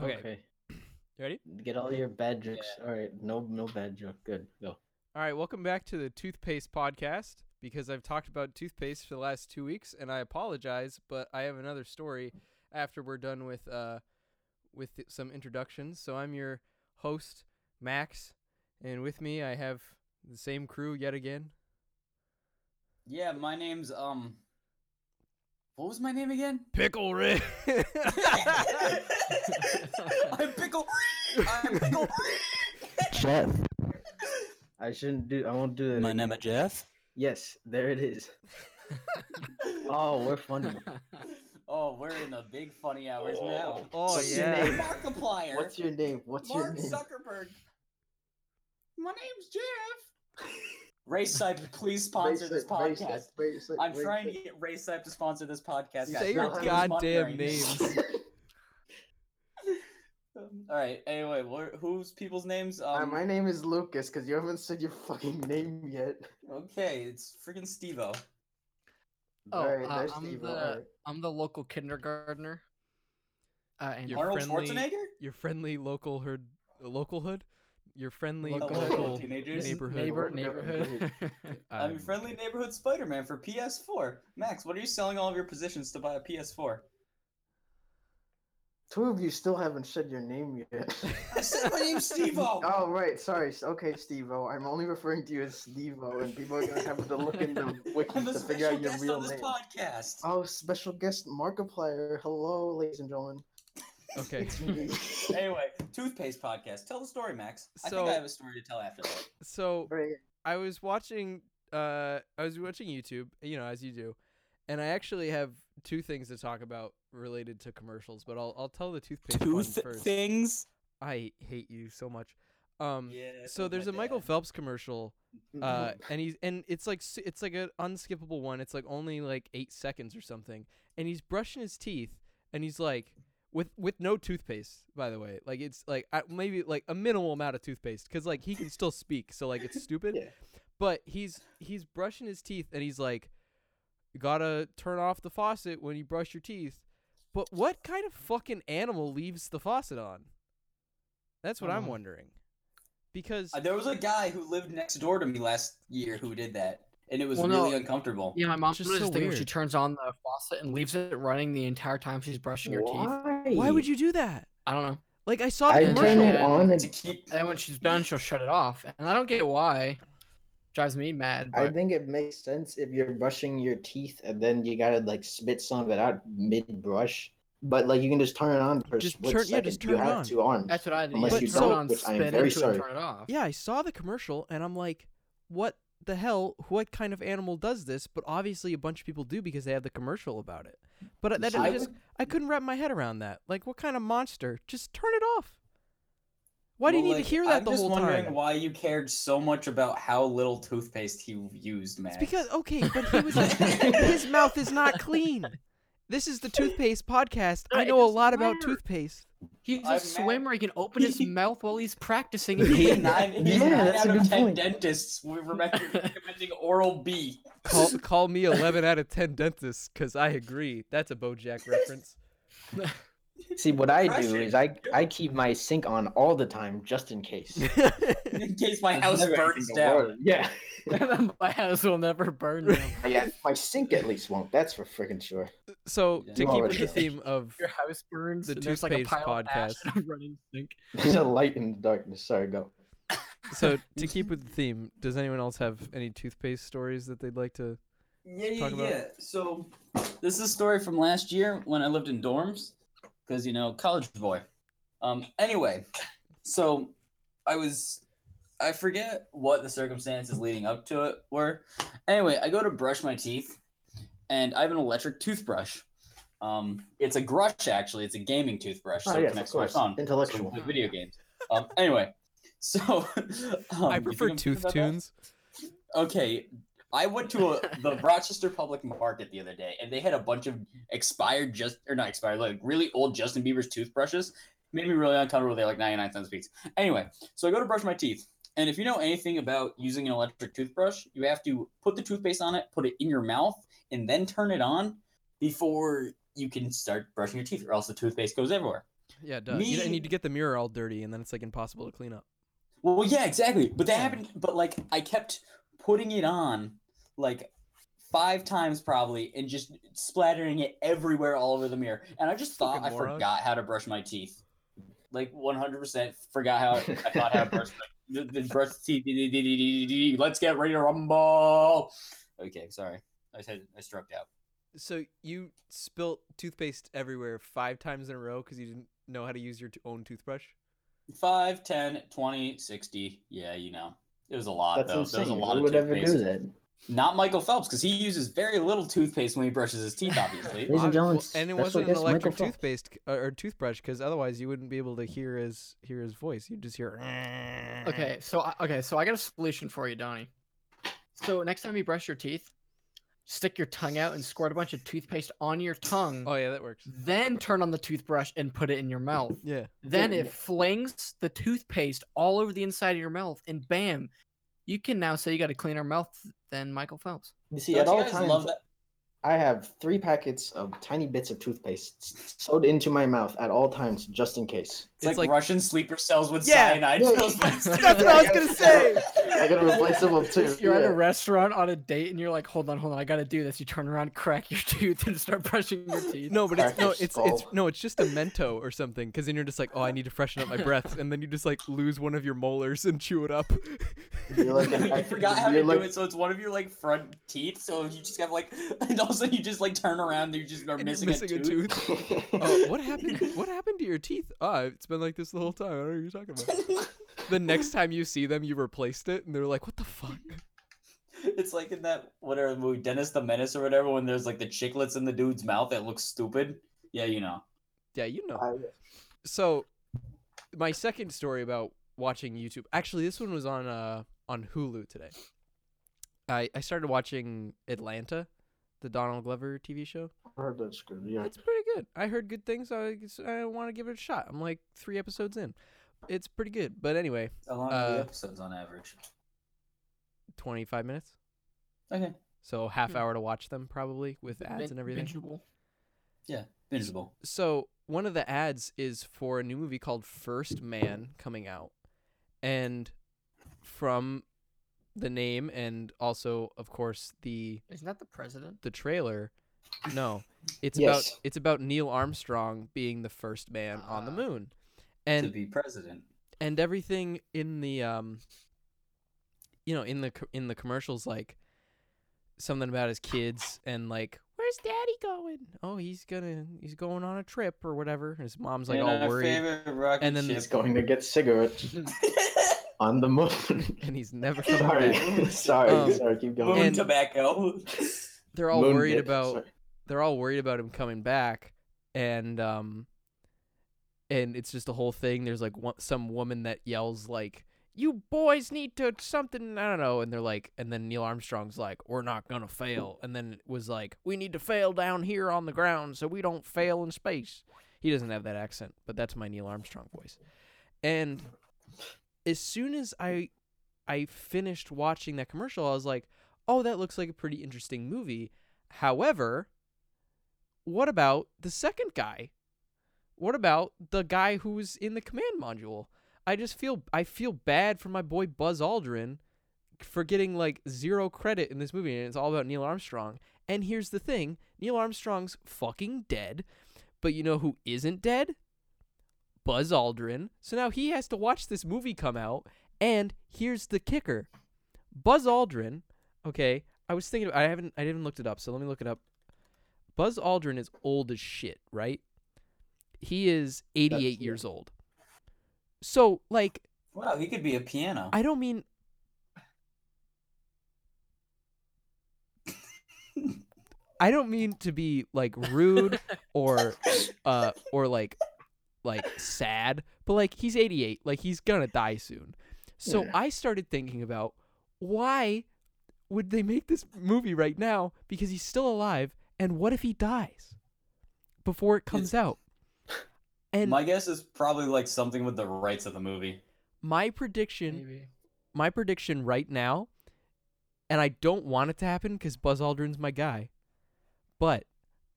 Okay. You ready? Get all your bad jokes. All right. No, no bad joke. Good. Go. All right, welcome back to the toothpaste podcast because I've talked about toothpaste for the last two weeks, and I apologize, but I have another story after we're done with uh with th- some introductions. So I'm your host Max, and with me I have the same crew yet again. Yeah, my name's um. What was my name again? Pickle Rick. I'm pickle. I'm pickle. Jeff. I shouldn't do. I won't do that. My name is Jeff. Yes, there it is. oh, we're funny. Oh, we're in the big funny hours now. oh What's your yeah. name? Markiplier. What's your name? What's Mark your name? Zuckerberg. My name's Jeff. Racesype, please sponsor this podcast. I'm trying to get Racesype to sponsor this podcast. guys. Say your Not that much money goddamn right names. now. Um, All right. Anyway, wh- whose people's names? Uh, Um, my name is Lucas because you haven't said your fucking name yet. Okay, it's freaking Stevo. Oh, Alright, uh, there's I'm Steve, the- alright. I'm the local kindergartner. Uh, and Your Arnold friendly- Schwarzenegger. Your friendly local hood, local hood, your friendly Hello, local, uh, Local hello, local teenagers. neighbor- neighborhood. neighbor Neighborhood. neighborhood. I'm your friendly neighborhood Spider-Man for PS4. Max, what are you selling all of your positions to buy a PS4? Two of you still haven't said your name yet. I said my name's Stevo. Oh right, sorry. S- Okay, Stevo. I'm only referring to you as Stevo, and people are gonna have to look in the wiki I'm a to figure special out your guest real on this name. podcast. Oh, special guest Markiplier. Hello, ladies and gentlemen. Okay. It's me. anyway, toothpaste podcast. Tell the story, Max. I So- think I have a story to tell after that. So Right. I was watching uh I was watching YouTube, you know, as you do. And I actually have two things to talk about related to commercials, but I'll I'll tell the toothpaste one Tooth first. things. I hate you so much. Um Yeah. so there's a Michael Phelps commercial uh and he's and it's like s- it's like an unskippable one. It's like only like 8 seconds or something. And he's brushing his teeth and he's like with with no toothpaste, by the way. Like it's like I, maybe like a minimal amount of toothpaste cuz like he can still speak, so like it's stupid. Yeah. But he's he's brushing his teeth and he's like you got to turn off the faucet when you brush your teeth. But what kind of fucking animal leaves the faucet on? That's what I'm Mhm. wondering. Because Uh, there was a guy who lived next door to me last year who did that, and it was Well, no. really uncomfortable. yeah, my mom It's just does so this thing where she weird. turns on the faucet and leaves it running the entire time she's brushing her teeth. why would you do that? I don't know. Like I saw the I commercial. turn it on To keep. And then when she's done, she'll shut it off. And I don't get why. Drives me mad. I But think it makes sense if you're brushing your teeth and then you gotta like spit some of it out mid brush. But like you can just turn it on for Just a split turn- yeah, second. just you turn it have on. two arms. that's what I do. Unless Yeah, you turn it don't, on, which I am spit very into it, sorry. turn it off. Yeah, I saw the commercial and I'm like, what the hell? What kind of animal does this? But obviously a bunch of people do because they have the commercial about it. But that I I just I couldn't wrap my head around that. Like what kind of monster? Just turn it off. Why do you need Well, like, to hear that I'm the just whole wondering time? why you cared so much about how little toothpaste he used, Max. It's because okay, but he was his mouth is not clean. This is the toothpaste podcast. I It know a doesn't lot about matter. toothpaste. He's I'm a mad. swimmer. He can open his mouth while he's practicing. He nine, he's Yeah, nine that's out a of good ten point. dentists were recommend- recommending oral B. Call call me eleven out of ten dentists because I agree. That's a BoJack reference. See, what I do Brushing. is I I keep my sink on all the time just in case. In case my house Never burns in the down. world. Yeah. My house will never burn down. Oh, yeah, my sink at least won't. That's for freaking sure. So Yeah. to You keep already with the know. theme of Your house burns. The and there's like a toothpaste pile of ash podcast. and a running sink. There's a light in the darkness. Sorry, go. so to keep with the theme, does anyone else have any toothpaste stories that they'd like to? Yeah, yeah, talk about? yeah. So this is a story from last year when I lived in dorms, because you know, college boy. Um. Anyway, so I was, I forget what the circumstances leading up to it were. Anyway, I go to brush my teeth, and I have an electric toothbrush. Um, it's a Grush actually. It's a gaming toothbrush, so Oh, it yes, of connects to my course. phone. Intellectual. So I play video games. Um. Anyway, so um, I you think prefer I'm tooth thinking about that? tunes. Okay, I went to a, the Rochester Public Market the other day, and they had a bunch of expired just or not expired, like really old Justin Bieber's toothbrushes. Made me really uncomfortable. They're like ninety nine cents a piece. Anyway, so I go to brush my teeth, and if you know anything about using an electric toothbrush, you have to put the toothpaste on it, put it in your mouth, and then turn it on before you can start brushing your teeth, or else the toothpaste goes everywhere. Yeah, it does. You, Me- and you get the mirror all dirty, and then it's like impossible to clean up. Well, yeah, exactly. But that happened. But like, I kept putting it on, like five times probably, and just splattering it everywhere all over the mirror. And I just thought Fucking I moron. forgot how to brush my teeth. Like one hundred percent forgot how I thought how to brush my the, the brush teeth. Let's get ready to rumble. Okay, sorry. I said I struck out. So you spilt toothpaste everywhere five times in a row because you didn't know how to use your t- own toothbrush. 5, 10, 20, 60. Yeah, you know. It was a lot, That's though. There insane. was a lot Who of would ever toothpaste. do that? Not Michael Phelps, because he uses very little toothpaste when he brushes his teeth, obviously. Ladies and Ob- gentlemen, well, and it that's what wasn't an gets Michael electric Phelps. toothpaste c- uh, or, or toothbrush because otherwise you wouldn't be able to hear his hear his voice. You'd just hear. Okay, so I, okay, so I got a solution for you, Donnie. So next time you brush your teeth, stick your tongue out and squirt a bunch of toothpaste on your tongue. Oh yeah, that works. Then turn on the toothbrush and put it in your mouth. Yeah. Then Yeah. it flings the toothpaste all over the inside of your mouth, and bam, you can now say you got a cleaner mouth than Michael Phelps. You see, Don't at you all guys love times, that? I have three packets of tiny bits of toothpaste s- sewed into my mouth at all times, just in case. It's, like, like- Russian sleeper cells with Yeah. cyanide. Yeah. pills. That's what I was gonna say. I got a replaceable too. If you're at yeah. a restaurant on a date and you're like, hold on, hold on, I gotta do this. You turn around, crack your tooth, and start brushing your teeth. No, but it's Crack your no, it's it's skull. no, it's just a mento or something. Because then you're just like, oh, I need to freshen up my breath, and then you just like lose one of your molars and chew it up. You're like an you ex- forgot how you're to like- do it, so it's one of your like front teeth. So you just have like, and also you just like turn around, and you just are and missing, you're missing a tooth. Oh, what happened? What happened to your teeth? Ah, it's been like this the whole time. I don't know what you're talking about. the next time you see them, you replaced it, and they're like, "What the fuck?" it's like in that whatever movie, Dennis the Menace or whatever, when there's like the chiclets in the dude's mouth that looks stupid. Yeah, you know. Yeah, you know. I- So, my second story about watching YouTube. Actually, this one was on uh on Hulu today. I I started watching Atlanta, the Donald Glover TV show. I heard that's good. Yeah. It's pretty good. I heard good things. so I I want to give it a shot. I'm like three episodes in. It's pretty good. But anyway, How are long the Uh, episodes on average? 25 minutes. Okay. So half Hmm. hour to watch them probably with ads Bin- and everything. bingeable. Bingeable. so one of the ads is for a new movie called First Man coming out, and from the name and also of course the Isn't that the president? the trailer, no, it's Yes. about it's about Neil Armstrong being the first man on the Ah. moon, to and be president. and everything in the um, you know in the co- in the commercials like something about his kids and like. Where's daddy going? Oh, he's gonna he's going on a trip or whatever. His mom's like all worried. And then He's going to get cigarettes on the moon. and he's never coming back. sorry, sorry, Um, sorry. Keep moon going. And- tobacco. They're all Moon worried dip, about sorry. they're all worried about him coming back, and um, and it's just the whole thing. There's like one, some woman that yells like, "You boys need to something." I don't know, and they're like, and then Neil Armstrong's like, "We're not gonna fail," and then it was like, "We need to fail down here on the ground so we don't fail in space." He doesn't have that accent, but that's my Neil Armstrong voice. And as soon as I I finished watching that commercial, I was like, "Oh, that looks like a pretty interesting movie." However, what about the second guy? What about the guy who was in the command module? I just feel I feel bad for my boy Buzz Aldrin for getting like zero credit in this movie and it's all about Neil Armstrong. And here's the thing, Neil Armstrong's fucking dead. But you know who isn't dead? Buzz Aldrin. So now he has to watch this movie come out. And here's the kicker Buzz Aldrin, okay, I was thinking, I haven't, I didn't looked it up, so let me look it up. Buzz Aldrin is old as shit, right? He is 88 That's- yeah. years old. So, like, wow, he could be a piano. I don't mean. I don't mean to be like rude or uh or like like sad, but like he's 88, like he's gonna die soon. So Yeah. I started thinking about why would they make this movie right now because he's still alive and what if he dies before it comes out? And My guess is probably like something with the rights of the movie. my prediction Maybe. my prediction right now, and I don't want it to happen because Buzz Aldrin's my guy, but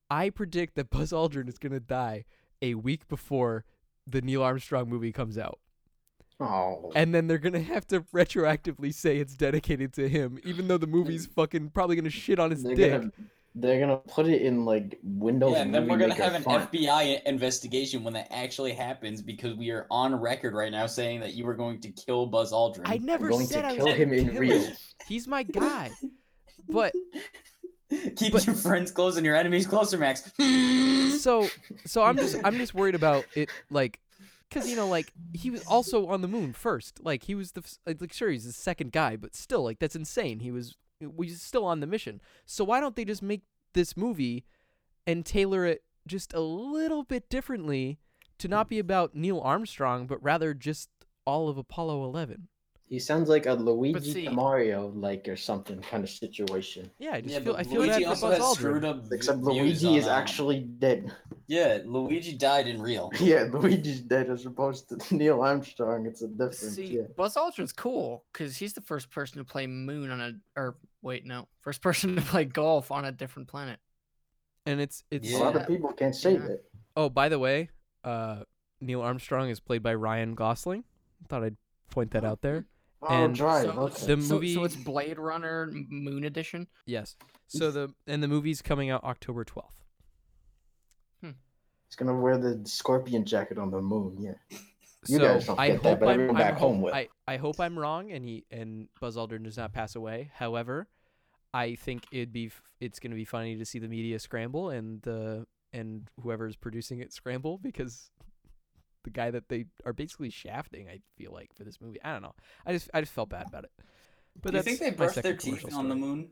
I predict that Buzz Aldrin is going to die a week before the Neil Armstrong movie comes out. Oh, And then they're gonna have to retroactively say it's dedicated to him, even though the movie's fucking probably gonna shit on his they're dick. gonna they're gonna put it in like Windows. yeah, and then Movie we're gonna Maker have an font. FBI investigation when that actually happens because we are on record right now saying that you were going to kill Buzz Aldrin. I never We're going said to I kill was him in him. real. He's my guy. But Keep but- your friends close and your enemies closer, Max. so so I'm just I'm just worried about it like cuz you know like he was also on the moon first. Like he was the f- like like, sure he's the second guy, but still like that's insane. He was we still on the mission. So why don't they just make this movie and tailor it just a little bit differently to not be about Neil Armstrong, but rather just all of Apollo 11. He sounds like a Luigi see- Mario like or something kind of situation. Yeah, I just yeah, feel but I feel Luigi bad for also Buzz has screwed Aldrin. up. v- Except views Luigi on, is um, actually dead. Yeah, Luigi died in real. Yeah, Luigi's dead as opposed to Neil Armstrong. It's a difference. See, yeah. Buzz Aldrin's cool because he's the first person to play Moon on a or wait no, first person to play golf on a different planet. And it's it's A lot of Yeah. people can't say Yeah. that. Oh, by the way, uh, Neil Armstrong is played by Ryan Gosling. Thought I'd point that out there. Oh, And drive. so, okay. the so- movie- So, it's Blade Runner M- Moon Edition. Yes. So the and the movie's coming out October twelfth. He's gonna wear the scorpion jacket on the moon. Yeah. so You guys don't I get hope that, but I'm, everyone I'm back hope- home will. I, I hope I'm wrong and he and Buzz Aldrin does not pass away. However, I think it'd be f- it's going to be funny to see the media scramble and the and whoever's producing it scramble because the guy that they are basically shafting. I feel like for this movie, I don't know. I just I just felt bad about it. But Do you that's think they my brushed second their teeth on commercial the story. moon?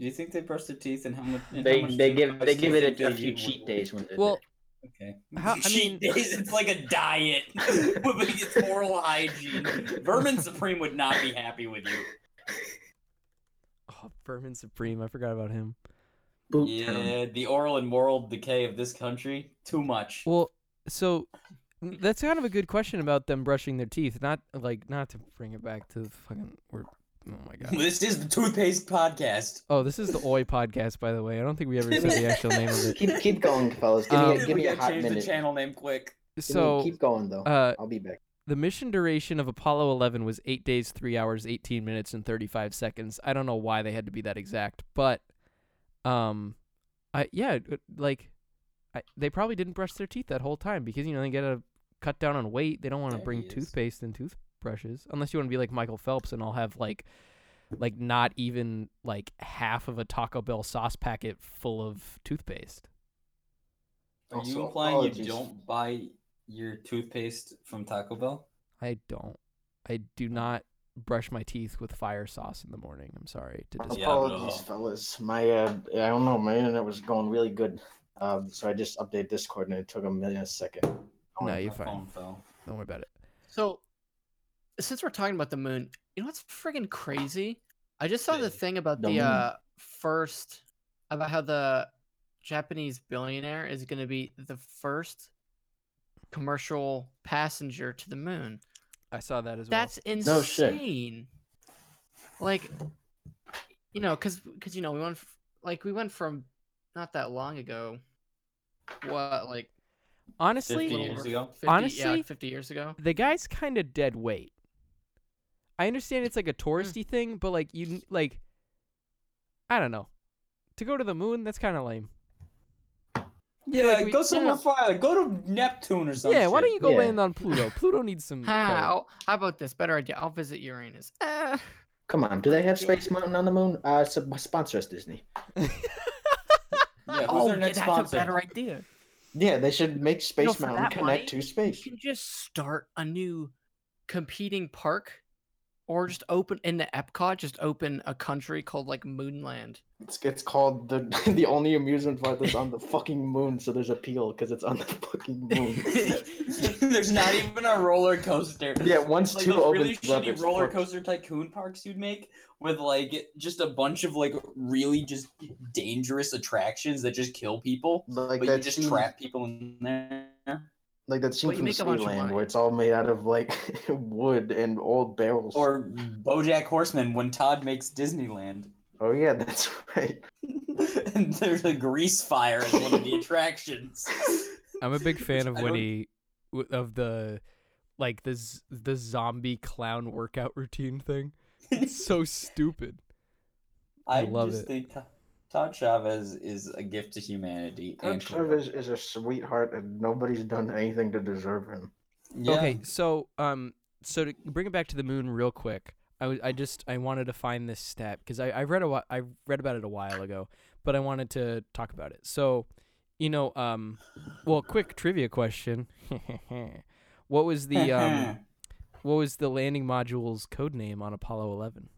Do you think they brushed their teeth and how much? and how They much they toothpaste give they do you think give it a, a they few use? cheat days when they're Well, there. Okay. How- I Cheat mean- days, it's like a diet. but it's oral hygiene. Vermin Supreme would not be happy with you. oh, Berman Supreme. I forgot about him. Boot town. Yeah, the oral and moral decay of this country, too much. Well, so that's kind of a good question about them brushing their teeth. Not like not to bring it back to the fucking. We're, oh my god. This is the toothpaste podcast. Oh, this is the Oi podcast, by the way. I don't think we ever said the actual name of it. Keep keep going, fellas. Give Um, me a, give we me a gotta hot change minute. the channel name quick. Give me- So, keep going though. uh, I'll be back. the mission duration of Apollo 11 was eight days, three hours, 18 minutes, and 35 seconds. I don't know why they had to be that exact, but, um, I yeah, it- it- like, I, they probably didn't brush their teeth that whole time because you know they gotta cut down on weight. They don't want to There bring he is. toothpaste and toothbrushes unless you want to be like Michael Phelps and I'll have like, like not even like half of a Taco Bell sauce packet full of toothpaste. Are you Also, implying apologies. you don't buy your toothpaste from Taco Bell? I don't. I do not brush my teeth with fire sauce in the morning. I'm sorry to disappoint. Yeah, but- Apologies, fellas. My uh, I don't know, my internet was going really good. Um, so I just updated Discord and it took a million second. Oh, No, my you're My fine. phone fell. Don't worry about it. So since we're talking about the moon, you know what's friggin' crazy? I just saw the Yeah, thing about the the, moon. uh, first about how the Japanese billionaire is going to be the first commercial passenger to the moon. I saw that as well. That's No shit. insane. Like, you know, because because you know we went f- like we went from not that long ago. What like honestly 50 little years over ago? 50 yeah, like Honestly, fifty years ago. the guy's kind of dead weight. I understand it's like a Hmm. touristy thing, but like you n- like I don't know. To go to the moon, that's kind of lame. Yeah, like we- go yeah. somewhere far. Go to Neptune or something. yeah, why don't you go yeah. land on Pluto? Pluto needs some credit. How? How about this? Better idea. I'll visit Uranus. Ah. Come on, do they have Space Mountain on the moon? Uh, sub- sponsor us, Disney. Yeah, who's oh, their yeah, next that's sponsor? a better idea. Yeah, they should make know, Space for Mountain that connect money, to You space. can just start a new competing park, or just open into Epcot. Just open a country called like Moonland. It's, it's called the the only amusement park that's on the fucking moon, so there's appeal because it's on the fucking moon. There's not even a roller coaster. yeah, once It's like two those really opens up, shitty it's roller fucked. coaster tycoon parks you'd make with like just a bunch of like really just dangerous attractions that just kill people, like but you that just scene- trap people in there. like that scene Well, you from make a bunch of Speedland money. where it's all made out of like wood and old barrels. Or BoJack Horseman when Todd makes Disneyland, oh yeah, that's right. and there's a grease fire as one of the attractions. I'm a big fan of I when don't- he w- of the like the z- the zombie clown workout routine thing. It's so stupid. I, I love just it. think Ta- Todd Chavez is a gift to humanity. Ed and Cleo. Chavez is a sweetheart, and nobody's done anything to deserve him. Yeah. Okay, so um, so to bring it back to the moon real quick, I, w- I just I wanted to find this stat because I, I read a whi- I read about it a while ago, but I wanted to talk about it. So, you know, um, well, quick trivia question: What was the um, what was the landing module's code name on Apollo Eleven?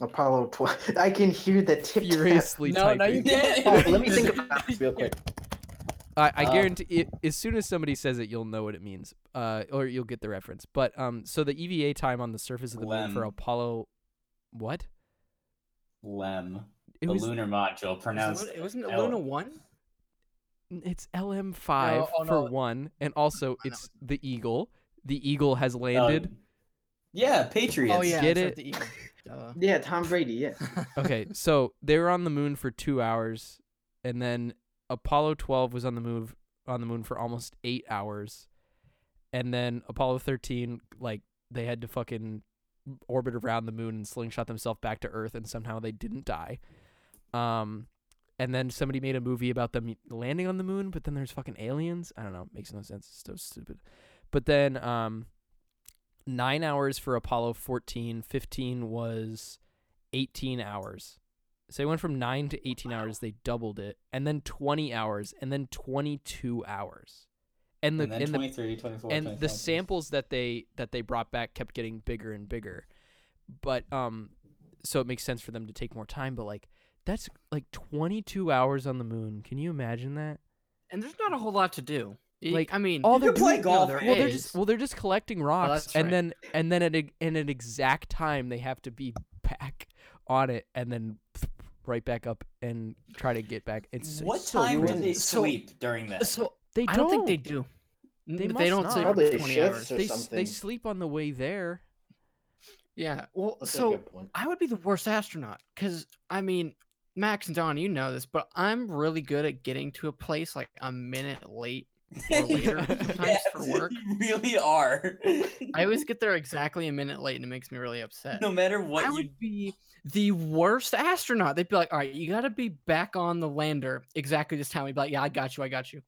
Apollo 12. I can hear the tip tap. Furiously No, no, typing. you Oh, can't. let me think about this real quick. I, I Uh, guarantee it, as soon as somebody says it, you'll know what it means, uh, or you'll get the reference. But um, so the EVA time on the surface of the moon for Lem. Apollo, what? Lem, It the was lunar module, Is pronounced It wasn't it L. Luna One. it's LM five No, oh, for no. Oh, one, and also it's the Eagle. The Eagle has landed. Um, yeah, Patriots. Oh yeah, Get it's it? at the E. evening. Duh. Yeah, Tom Brady, yeah. okay, so they were on the moon for two hours, and then Apollo twelve was on the move on the moon for almost eight hours, and then Apollo thirteen, like they had to fucking orbit around the moon and slingshot themselves back to Earth, and somehow they didn't die. Um, and then somebody made a movie about them landing on the moon, but then there's fucking aliens. I don't know, makes no sense. It's so stupid. But then, um. Nine hours for Apollo 14. 15 was 18 hours. So they went from 9 to 18 hours, they doubled it, and then 20 hours, and then 22 hours. And the and then and the 23, 24, and the 25. samples that they that they brought back kept getting bigger and bigger but um so it makes sense for them to take more time but like that's like 22 hours on the moon can you imagine that And there's not a whole lot to do. Y- Like, I mean, all all they're they're could play doing, golf. No, there well they're is. just well they're just collecting rocks that's and right. then and then at, a, in an exact time they have to be back on it and then right back up and try to get back it's What it's so time did crazy. they So- sleep during this? So they I don't think they do. N- They but must they don't not. sleep for Probably 20 shifts hours. or they, s- they something. sleep on the way there Yeah. Well, That's a so good point. I would be the worst astronaut because I mean, Max and Don, you know this, but I'm really good at getting to a place like a minute late or later sometimes for Yes, work. You really are. I always get there exactly a minute late, and it makes me really upset. no matter what I you would be the worst astronaut. They'd be like, "All right, you got to be back on the lander exactly this time." We'd be like, "Yeah, I got you, I got you,"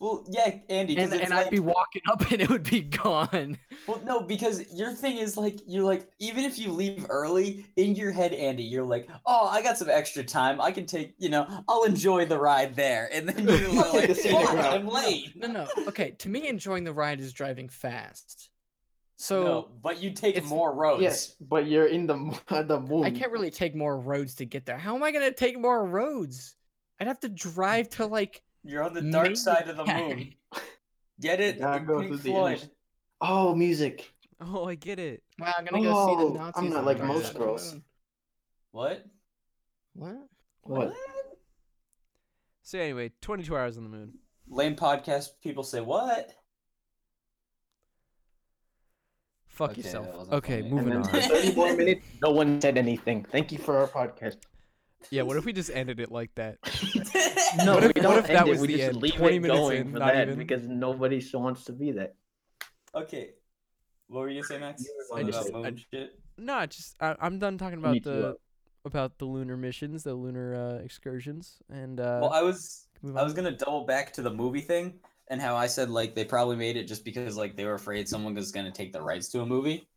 well, yeah, Andy, 'cause and, it's and like, I'd be walking up, and it would be gone. Well, no, because your thing is like you're like even if you leave early in your head, Andy, you're like, oh, I got some extra time. I can take, you know, I'll enjoy the ride there, and then you're I'll take like, the scenic fuck, route. I'm late. No, no, okay. To me, enjoying the ride is driving fast. So no, but you take it's- more roads. Yes, but you're in the mo- the moon. Oh, I can't really take more roads to get there. How am I going to take more roads? I'd have to drive to like You're on the dark Maybe- side of the moon. Get it? Gotta go Pink through the Floyd. inter- Oh, music. oh i get it Wow, I'm gonna go see Oh, the Nazis. I'm not on the like dark most side of the girls. moon. What? What? What? so anyway 22 hours on the moon Lame podcast people say what? Fuck Okay, yourself. that wasn't Okay, funny. moving and then on. for 30 more minutes, no one said anything. Thank you for our podcast. yeah, what if we just ended it like that? No, What we if- what don't if that end was it. We the just end? leave 20 it minutes going in, for not that even. because nobody so wants to be that. okay. What were you gonna say, Max? You were Something just- about I- moon shit. No, I just I, I'm done talking Me about too. the about the lunar missions, the lunar uh, excursions, and uh, Well, I was move I on. was gonna double back to the movie thing and how I said like they probably made it just because like they were afraid someone was gonna take the rights to a movie.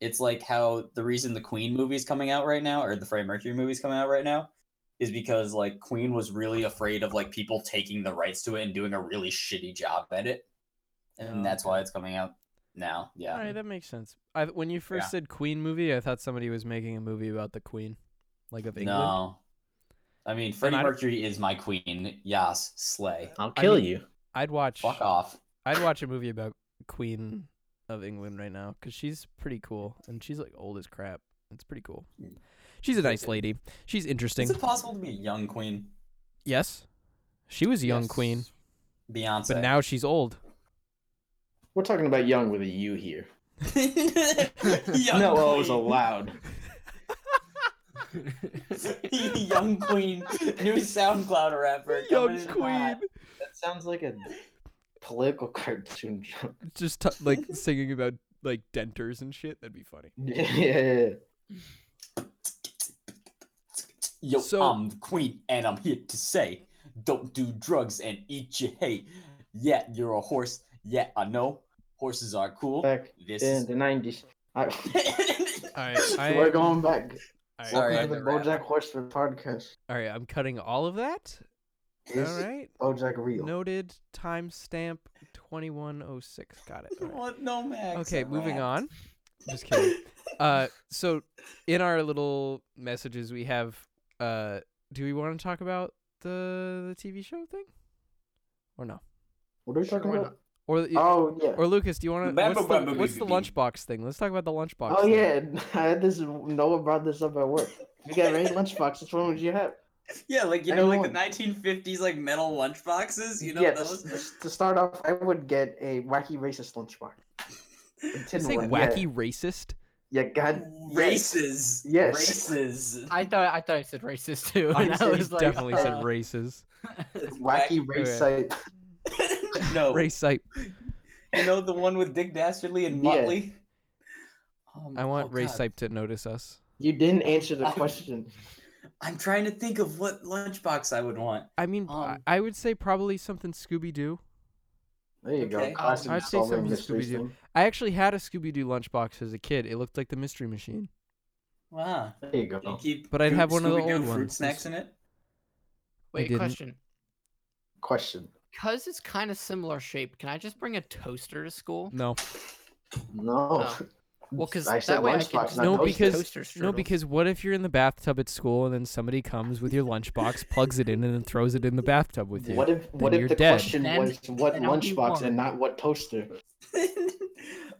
It's like how the reason the Queen movie's coming out right now, or the Freddie Mercury movie's coming out right now, is because like Queen was really afraid of like people taking the rights to it and doing a really shitty job at it, and Oh, that's okay. why it's coming out now. Yeah. All right, that makes sense. I when you first Yeah. said Queen movie, I thought somebody was making a movie about the Queen, like of England. No. I mean, Freddie I- Mercury is my queen. Yas, slay. I'll I kill mean- you. I'd watch Fuck off. I'd watch a movie about Queen of England right now because she's pretty cool and she's like old as crap. It's pretty cool. She's a nice lady. She's interesting. Hmm. Is it possible to be a young queen? Yes, she was a young queen, Beyonce. but now she's old. We're talking about young with a U here. young no, queen. O is allowed. young queen, new SoundCloud rapper. coming in hot. That sounds like a political cartoon joke. Just t- like singing about like denters and shit. That'd be funny. yeah. Yo, So- I'm the queen, and I'm here to say, don't do drugs and eat your hay. Yeah, you're a horse. Yeah, I know. Horses are cool. Back This in is. the nineties. I, All right, I, we're going back. all right, Sorry, I Welcome to the had to BoJack rap. Horseman podcast. all right. I'm cutting all of that. All Is right. BoJack real? Noted. Timestamp 2106. Got it. all right. What? No, Max. Okay, I moving rapped. on. Just kidding. Uh, so in our little messages, we have. Uh, do we want to talk about the the TV show thing, or no? What are we Sure, talking why about? Or the- Oh yeah. or Lucas, do you want to? What's Remember the, when what's we- the lunchbox thing? Let's talk about the lunchbox. Oh thing. yeah. I had this. Noah brought this up at work. You got any lunchbox? Which one would you have? Yeah, like you I know, like the know. 1950s, like metal lunchboxes. You know yeah. those. To, to start off, I would get a wacky racist lunchbox. A Did tin you say one, wacky racist. Yeah. yeah God. Races. Yes. Races. I thought I thought I said racist too, I and I, said- was like, definitely uh, said races. Wacky race site. no. Race site. You know the one with Dick Dastardly and Yeah. Motley. Um, I want oh, race God. site to notice us. You didn't answer the I- question. I'm trying to think of what lunchbox I would want. I mean, I Um, I would say probably something Scooby Doo. There you Okay. go. Classic I'd say solving something mysteries Scooby-Doo. thing. I actually had a Scooby Doo lunchbox as a kid. It looked like the Mystery Machine. Wow. There you You go. keep But I'd have Scoo- one of the Scooby-Doo old fruit ones. snacks in it. wait, didn't. question. Question. Because it's kind of similar shape, can I just bring a toaster to school? No, No. Oh. Well, because I said that way I can lunchbox, just not No, make toaster. because- toaster no, strudels. because what if you're in the bathtub at school and then somebody comes with your lunchbox, plugs it in, and then throws it in the bathtub with you? What if what you're if the dead. question Then- was what then I'll be lunchbox one. and not what toaster?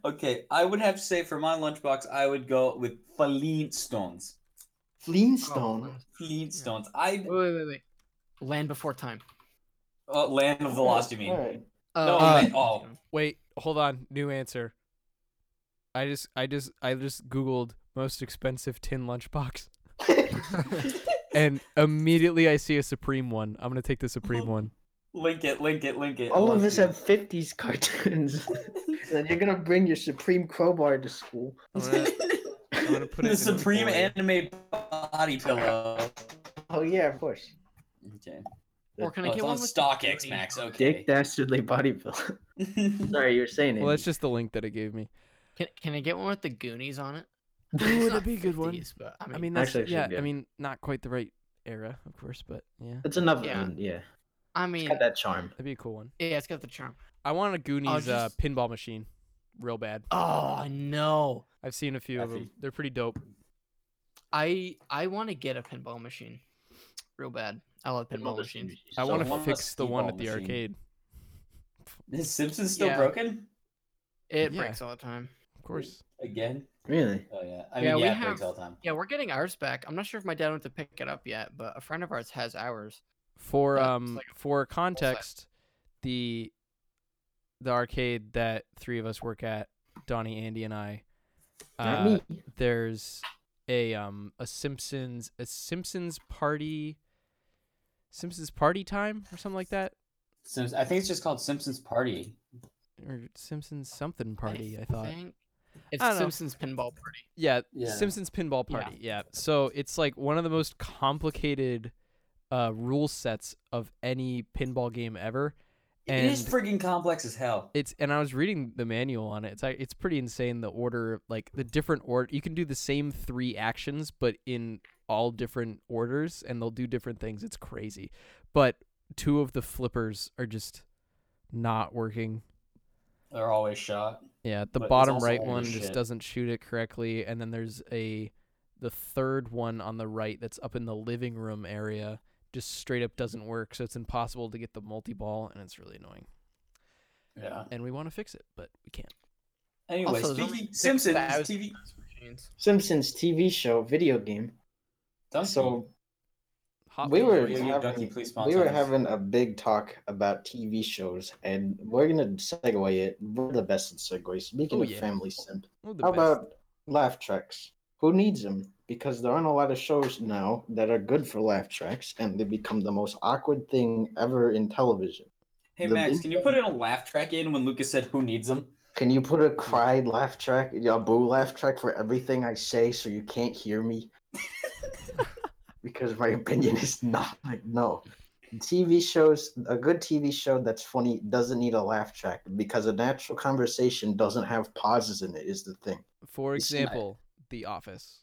okay, I would have to say for my lunchbox, I would go with Flintstones. Oh, Oh, Flintstone. Flintstones. I Wait, wait, wait, wait. Land before time. oh, land of velocity. All mean. right. Uh, No, Uh, man- oh. Wait, hold on. New answer. I just, I just, I just googled most expensive tin lunchbox, and immediately I see a Supreme one. I'm gonna take the Supreme one. Link it, link it, link it. All of us Let's have fifties cartoons. then you're gonna bring your supreme crowbar to school. I'm do gonna, it. I'm gonna put it the in supreme foil. anime body pillow. Oh yeah, of course. Okay. Or can Oh, I it's get on one with the StockX booty? Max. Okay. Dick dastardly bodybuilder. Sorry, you're saying it. Well, that's just the link that it gave me. Can, can I get one with the Goonies on it? Ooh, It's that'd not be a good one. 50s, but, I mean, I mean, that's, Actually, I should yeah. do I it. mean, not quite the right era, of course, but yeah, It's another Yeah. one. Yeah. I It's mean, got that charm. that'd be a cool one. yeah, it's got the charm. I want a Goonies uh, just- pinball machine, real bad. Oh no, I've seen a few of them. Effie. They're pretty dope. I I want to get a pinball machine, real bad. I love pinball machines. I want one to with fix the one speedball at the machine. arcade. Is Simpson still Yeah. broken? It Yeah. breaks all the time. Of course. Again? Really? Oh yeah. I Yeah, mean we yeah, it breaks have- all the time. Yeah, we're getting ours back. I'm not sure if my dad went to pick it up yet, but a friend of ours has ours. For That's um like a for context, the the arcade that three of us work at, Donnie, Andy, and I, Not uh, me. there's a um a Simpsons a Simpsons party, Simpsons party time or something like that, Sims, I think it's just called Simpsons Party. or Simpsons something party. I thought. think it's I don't know. Simpsons pinball party. Yeah, Yeah. Simpsons Pinball Yeah. Party. Yeah. So it's like one of the most complicated uh, rule sets of any pinball game ever. And it is freaking complex as hell. it's and I was reading the manual on it. It's like- it's pretty insane the order like the different order. You can do the same three actions but in all different orders and they'll do different things. It's crazy. But two of the flippers are just not working. They're always shot. Yeah, the But it's bottom also right older one shit. just doesn't shoot it correctly, and then there's a the third one on the right that's up in the living room area just straight up doesn't work, so it's impossible to get the multi ball, and it's really annoying. Yeah. And we want to fix it, but we can't. Anyway, Also, there's only speaking Simpsons 6,000 TV. machines. Simpsons TV show, video game. Dumpy. So Hot we Wheels were are easy. Ducky, having, please we were sponsor us. having a big talk about TV shows, and we're gonna segue it. We're the best at segues. Speaking Oh, of yeah. family simp, We're the how best. about laugh tracks? Who needs them? Because there aren't a lot of shows now that are good for laugh tracks, and they become the most awkward thing ever in television. Hey The Max, blue- can you put in a laugh track in when Lucas said who needs them? Can you put a cried laugh track, a boo laugh track for everything I say so you can't hear me? because my opinion is not like, no. TV shows, a good TV show that's funny doesn't need a laugh track because a natural conversation doesn't have pauses in it, is the thing. For It's not- example, The Office.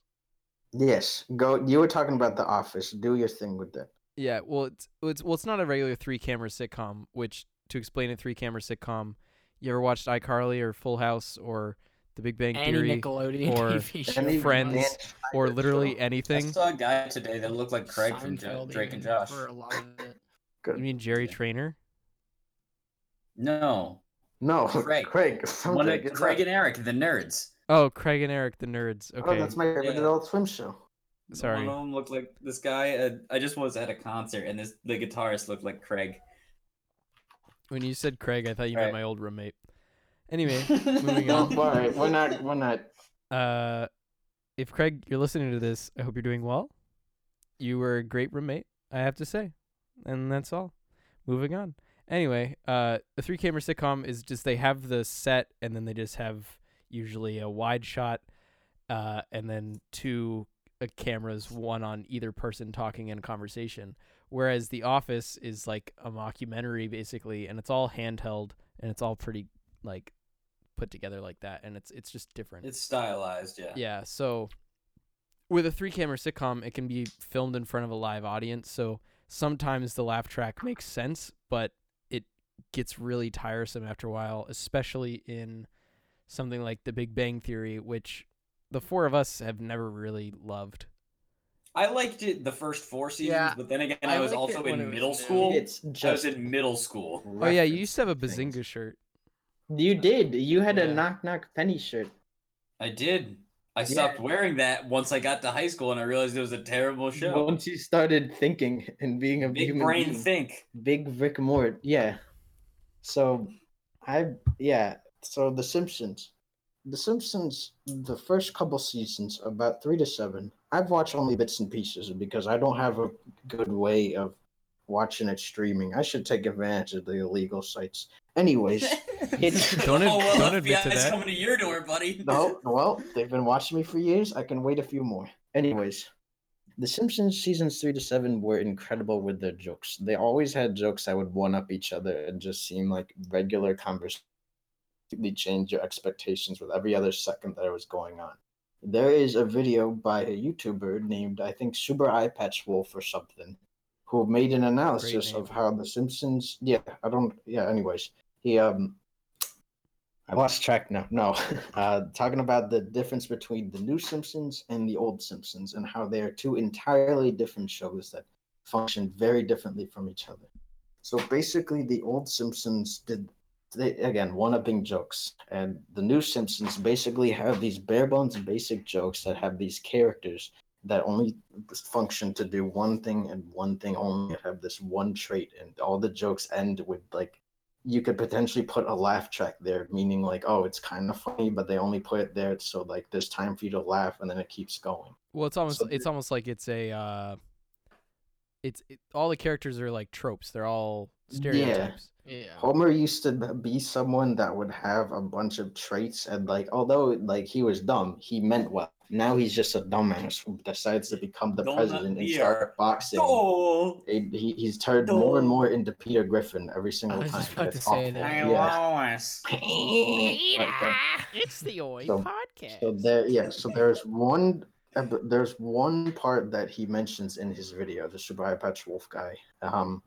Yes, go. You were talking about The Office. Do your thing with that. Yeah, well, it's, it's well, it's not a regular three camera sitcom. Which to explain a three camera sitcom, you ever watched iCarly or Full House or The Big Bang Any Theory Nickelodeon or TV show. Any- Friends and or Seinfeld literally show. I anything? saw a guy today that looked like Craig from Jo- Seinfeld Drake and even, Josh. For a lot of it. You mean Jerry Trainer? No, No, Craig. Craig. Craig, one something. of Craig and Eric, the nerds. Oh, Craig and Eric the Nerds. Oh, Okay, that's my favorite Yeah. adult swim show. Sorry. One of them looked like this guy. Uh, I just was at a concert, and this the guitarist looked like Craig. when you said Craig, I thought you Right. meant my old roommate. Anyway, Moving on. Don't worry, we're not. We're not. uh, if Craig, you're listening to this, I hope you're doing well. You were a great roommate, I have to say, and that's all. Moving on. Anyway, uh, the three camera sitcom is just they have the set, and then they just have usually a wide shot, uh, and then two uh, cameras, one on either person talking in conversation. Whereas The Office is like a mockumentary basically, and it's all handheld, and it's all pretty like put together like that, and it's it's just different. It's stylized, yeah. Yeah, so with a three camera sitcom, it can be filmed in front of a live audience. So sometimes the laugh track makes sense, but it gets really tiresome after a while, especially in something like The Big Bang Theory, which the four of us have never really loved. I liked it the first four seasons, Yeah, but then again, I I, was liked also it when it in was middle new. school. It's I was just. in middle school. Oh yeah, you used to have a reference Bazinga things. shirt. You did. You had Yeah. a knock knock penny shirt. I did. I stopped wearing that once I got to high school, and I realized it was a terrible show. Once you started thinking and being a Big human brain being. think. big Rick Mort. Yeah. So, I yeah. So The Simpsons, The Simpsons, the first couple seasons, about three to seven. I've watched only bits and pieces because I don't have a good way of watching it streaming. I should take advantage of the illegal sites. Anyways, it's Don't ad- oh, well, don't admit to FBI's that. coming to your door, buddy. No, well, they've been watching me for years. I can wait a few more. Anyways, The Simpsons seasons three to seven were incredible with their jokes. They always had jokes that would one up each other and just seem like regular conversation. They change your expectations with every other second that it was going on. There is a video by a YouTuber named, I think, Super Eye Patch Wolf or something, who made an analysis name. of how The Simpsons. Yeah, I don't. Yeah, anyways, he um I lost track now. No, uh, talking about the difference between the new Simpsons and the old Simpsons, and how they are two entirely different shows that function very differently from each other. So basically, the old Simpsons did they again one-upping jokes, and the new Simpsons basically have these bare bones basic jokes that have these characters that only function to do one thing and one thing only. and Have this one trait, and all the jokes end with like you could potentially put a laugh track there, meaning like, oh, it's kind of funny, but they only put it there so like there's time for you to laugh, and then it keeps going. Well, it's almost So it's almost like it's a uh, it's it, all the characters are like tropes. They're all stereotypes. Yeah. Homer used to be someone that would have a bunch of traits, and like, although like he was dumb, he meant well. Now he's just a dumbass who decides to become the Donut president and beer. start boxing. Oh. It- he, he's turned more and Don't. more into Peter Griffin every single I was time. just about to It's say that. awful. I Yeah. Like that. it's the Oi So- podcast. So there, yeah. So there's one, ep- there's one part that he mentions in his video, the Subai Patch Wolf guy. Um,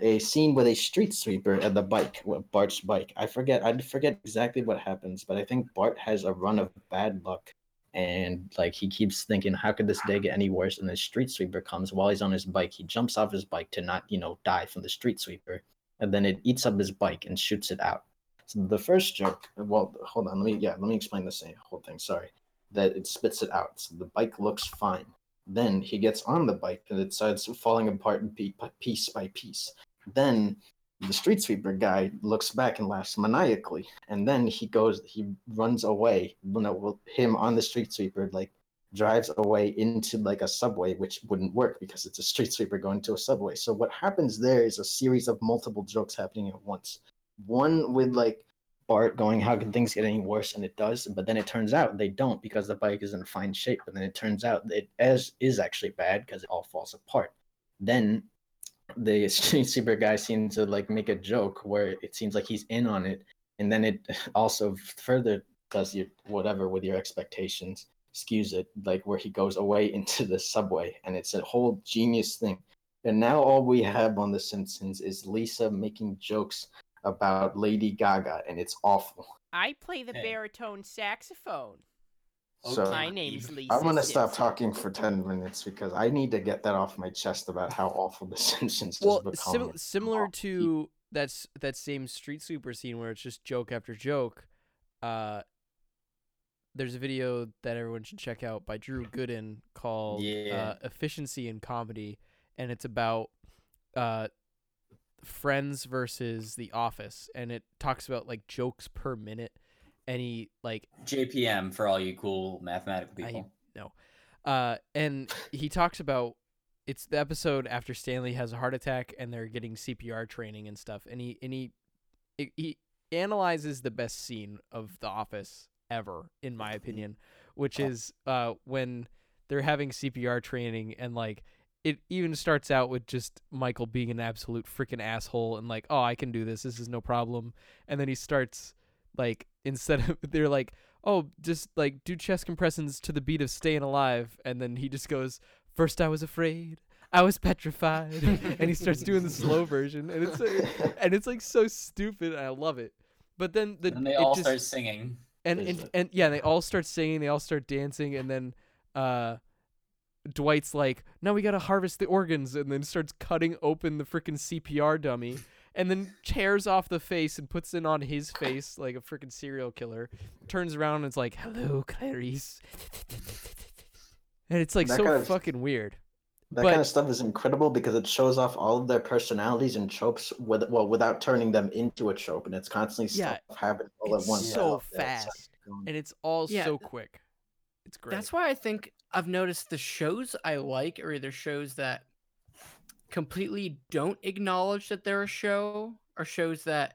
a scene with a street sweeper and the bike, with Bart's bike. I forget, I forget exactly what happens, but I think Bart has a run of bad luck, and like he keeps thinking, how could this day get any worse? And the street sweeper comes while he's on his bike. He jumps off his bike to not, you know, die from the street sweeper, and then it eats up his bike and shoots it out. So the first joke, well, hold on, let me, yeah, let me explain this thing- whole thing. Sorry, that it spits it out. So the bike looks fine. Then he gets on the bike and it starts falling apart in pe- piece by piece. Then the street sweeper guy looks back and laughs maniacally, and then he goes, he runs away. No, well, him on the street sweeper, like drives away into like a subway, which wouldn't work because it's a street sweeper going to a subway. So what happens there is a series of multiple jokes happening at once. One with like Bart going, "How can things get any worse?" and it does, but then it turns out they don't because the bike is in fine shape. But then it turns out that it as is actually bad because it all falls apart. Then the street sweeper guy seems to like make a joke where it seems like he's in on it, and then it also further does your whatever with your expectations skews it, like where he goes away into the subway, and it's a whole genius thing. And now all we have on The Simpsons is Lisa making jokes about Lady Gaga, and it's awful. I play the Hey. baritone saxophone. So My name's Lisa. Uh, I'm gonna stop Simpson. talking for ten minutes because I need to get that off my chest about how awful The Simpsons has well, become. sim- similar to that's that same street sweeper scene where it's just joke after joke. Uh, there's a video that everyone should check out by Drew Gooden called Yeah. uh, "Efficiency in Comedy," and it's about uh, Friends versus The Office, and it talks about like jokes per minute. And he like JPM for all you cool mathematical I- people. Uh, and he talks about it's the episode after Stanley has a heart attack and they're getting CPR training and stuff. And he and he he- he analyzes the best scene of The Office ever, in my opinion, which is uh, when they're having CPR training and like. It even starts out with just Michael being an absolute freaking asshole and like, oh, I can do this. This is no problem. And then he starts like instead of they're like, oh, just like do chest compressions to the beat of Staying Alive. And then he just goes, First I was afraid. I was petrified. and he starts doing the slow version. And it's like, and it's like so stupid. And I love it. But then the and they it all just, start singing. and Is and, it? and yeah, they all start singing, they all start dancing, and then uh, Dwight's like, "Now we gotta harvest the organs," and then starts cutting open the freaking CPR dummy, and then tears off the face and puts it on his face like a freaking serial killer. Turns around and it's like, "Hello, Clarice," and it's like That so kind of- fucking weird. that but- kind of stuff is incredible because it shows off all of their personalities and tropes with well without turning them into a trope, and it's constantly Yeah, stuff happening all it's at once. so out there. It's like, fast. And it's all Yeah. so quick. It's great. That's why I think I've noticed the shows I like are either shows that completely don't acknowledge that they're a show or shows that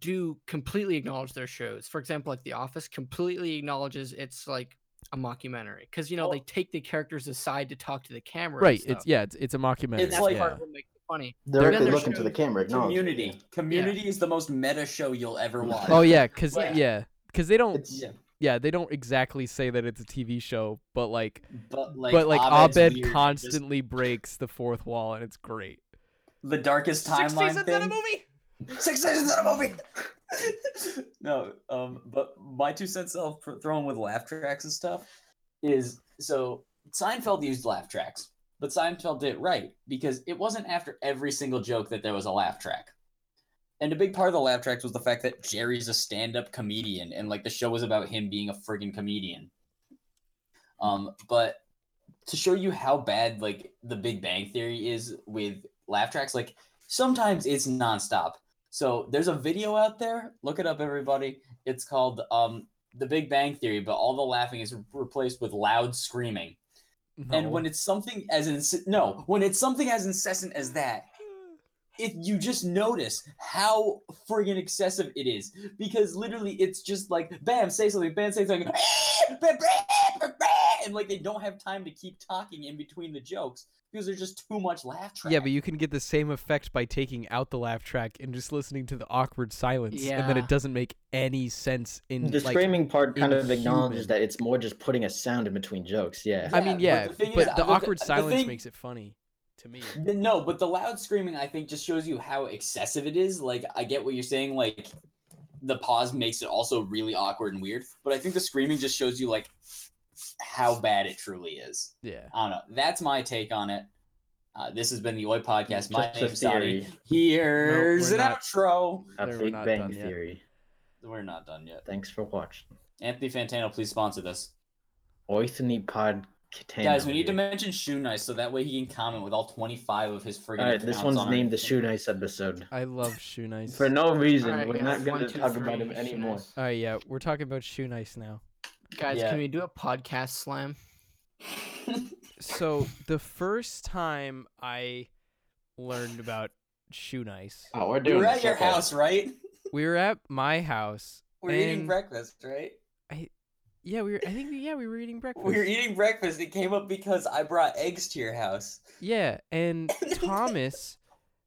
do completely acknowledge their shows. For example, like The Office completely acknowledges it's like a mockumentary because you know they take the characters aside to talk to the camera. and right. It's stuff. yeah. It's, it's a mockumentary. And It's that's like- like, yeah. part of what makes it funny. directly they're looking to showing the camera. acknowledging it. Community. Community is the most meta show you'll ever watch. oh yeah, because Yeah. yeah, because they don't It's- Yeah. yeah, they don't exactly say that it's a TV show, but like, But like, but like Abed's weird Abed and just- constantly breaks the fourth wall, and it's great. the darkest Six timeline seasons thing. in a movie. Six seasons in a movie. no, um, but my two cents self for throwing with laugh tracks and stuff is so Seinfeld used laugh tracks, but Seinfeld did it right because it wasn't after every single joke that there was a laugh track. And a big part of the laugh tracks was the fact that Jerry's a stand-up comedian, and like the show was about him being a friggin' comedian. Um, but to show you how bad like The Big Bang Theory is with laugh tracks, like sometimes it's nonstop. So there's a video out there. Look it up, everybody. It's called um, The Big Bang Theory, but all the laughing is replaced with loud screaming. And when it's something as ins- no, when it's something as incessant as that, it you just notice how friggin' excessive it is because literally it's just like bam, say something, bam, say something, and like they don't have time to keep talking in between the jokes because there's just too much laugh track. yeah, but you can get the same effect by taking out the laugh track and just listening to the awkward silence, and then Yeah. it doesn't make any sense in The like. screaming part kind of inhuman. acknowledges that it's more just putting a sound in between jokes. Yeah. I mean, Yeah, yeah, but but the the, thing is, I- the- awkward the silence thing- makes it funny to me. Th- No, but the loud screaming I think just shows you how excessive it is. Like I get what you're saying, like the pause makes it also really awkward and weird. But I think the screaming just shows you like how bad it truly is. Yeah. I don't know. That's my take on it. Uh, this has been the Oi Podcast. My Just a name's Donnie. theory. Here's No, we're an not. outro. A There, we're Big not Bang done yet. Theory. We're not done yet. Thanks for watching. Anthony Fantano, please sponsor this. Oithany Pod Guys, we need to mention Shoe Nice so that way he can comment with all 25 25 of his friggin' All right, this accounts one's on our- named the Shoe Nice episode. I love shoe nice. For no reason, Alright, we're guys, not going one, to two, talk about three, him shoe anymore. nice. All right, yeah, we're talking about shoe nice now. Guys, Yeah. can we do a podcast slam? So the first time I learned about shoe nice, Uh, Oh, we're we doing were this at your okay. house, right? we were at my house. We were eating And- breakfast, right? Yeah, we were. I think yeah, we were eating breakfast. We were eating breakfast. It came up because I brought eggs to your house. Yeah, and Thomas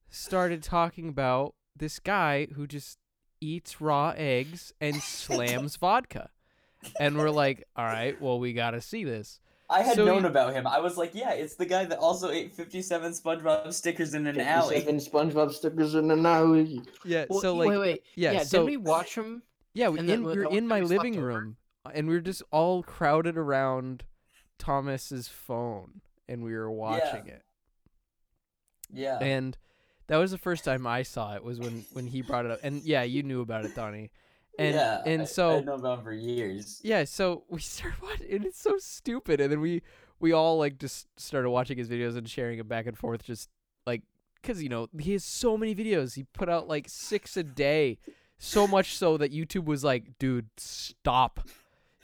started talking about this guy who just eats raw eggs and slams vodka. And we're like, all right, well, we got to see this. I had So known you- about him. I was like, yeah, it's the guy that also ate 57 SpongeBob stickers in an alley. Fifty-seven SpongeBob stickers in an alley. Yeah, Well, so like, wait, wait. yeah, yeah so did we watch him? yeah, we and that in, was- we're that was in when my we slept living over. room, uh, and we're just all crowded around Thomas's phone, and we were watching it. Yeah. and that was the first time I saw it was when when he brought it up. And yeah, you knew about it, Donnie. And yeah, I- and so I know about him for years. yeah, so we started watching, and it's so stupid. And then we we all like just started watching his videos and sharing it back and forth, just like because you know he has so many videos. He put out like six a day, so much so that YouTube was like, dude, stop.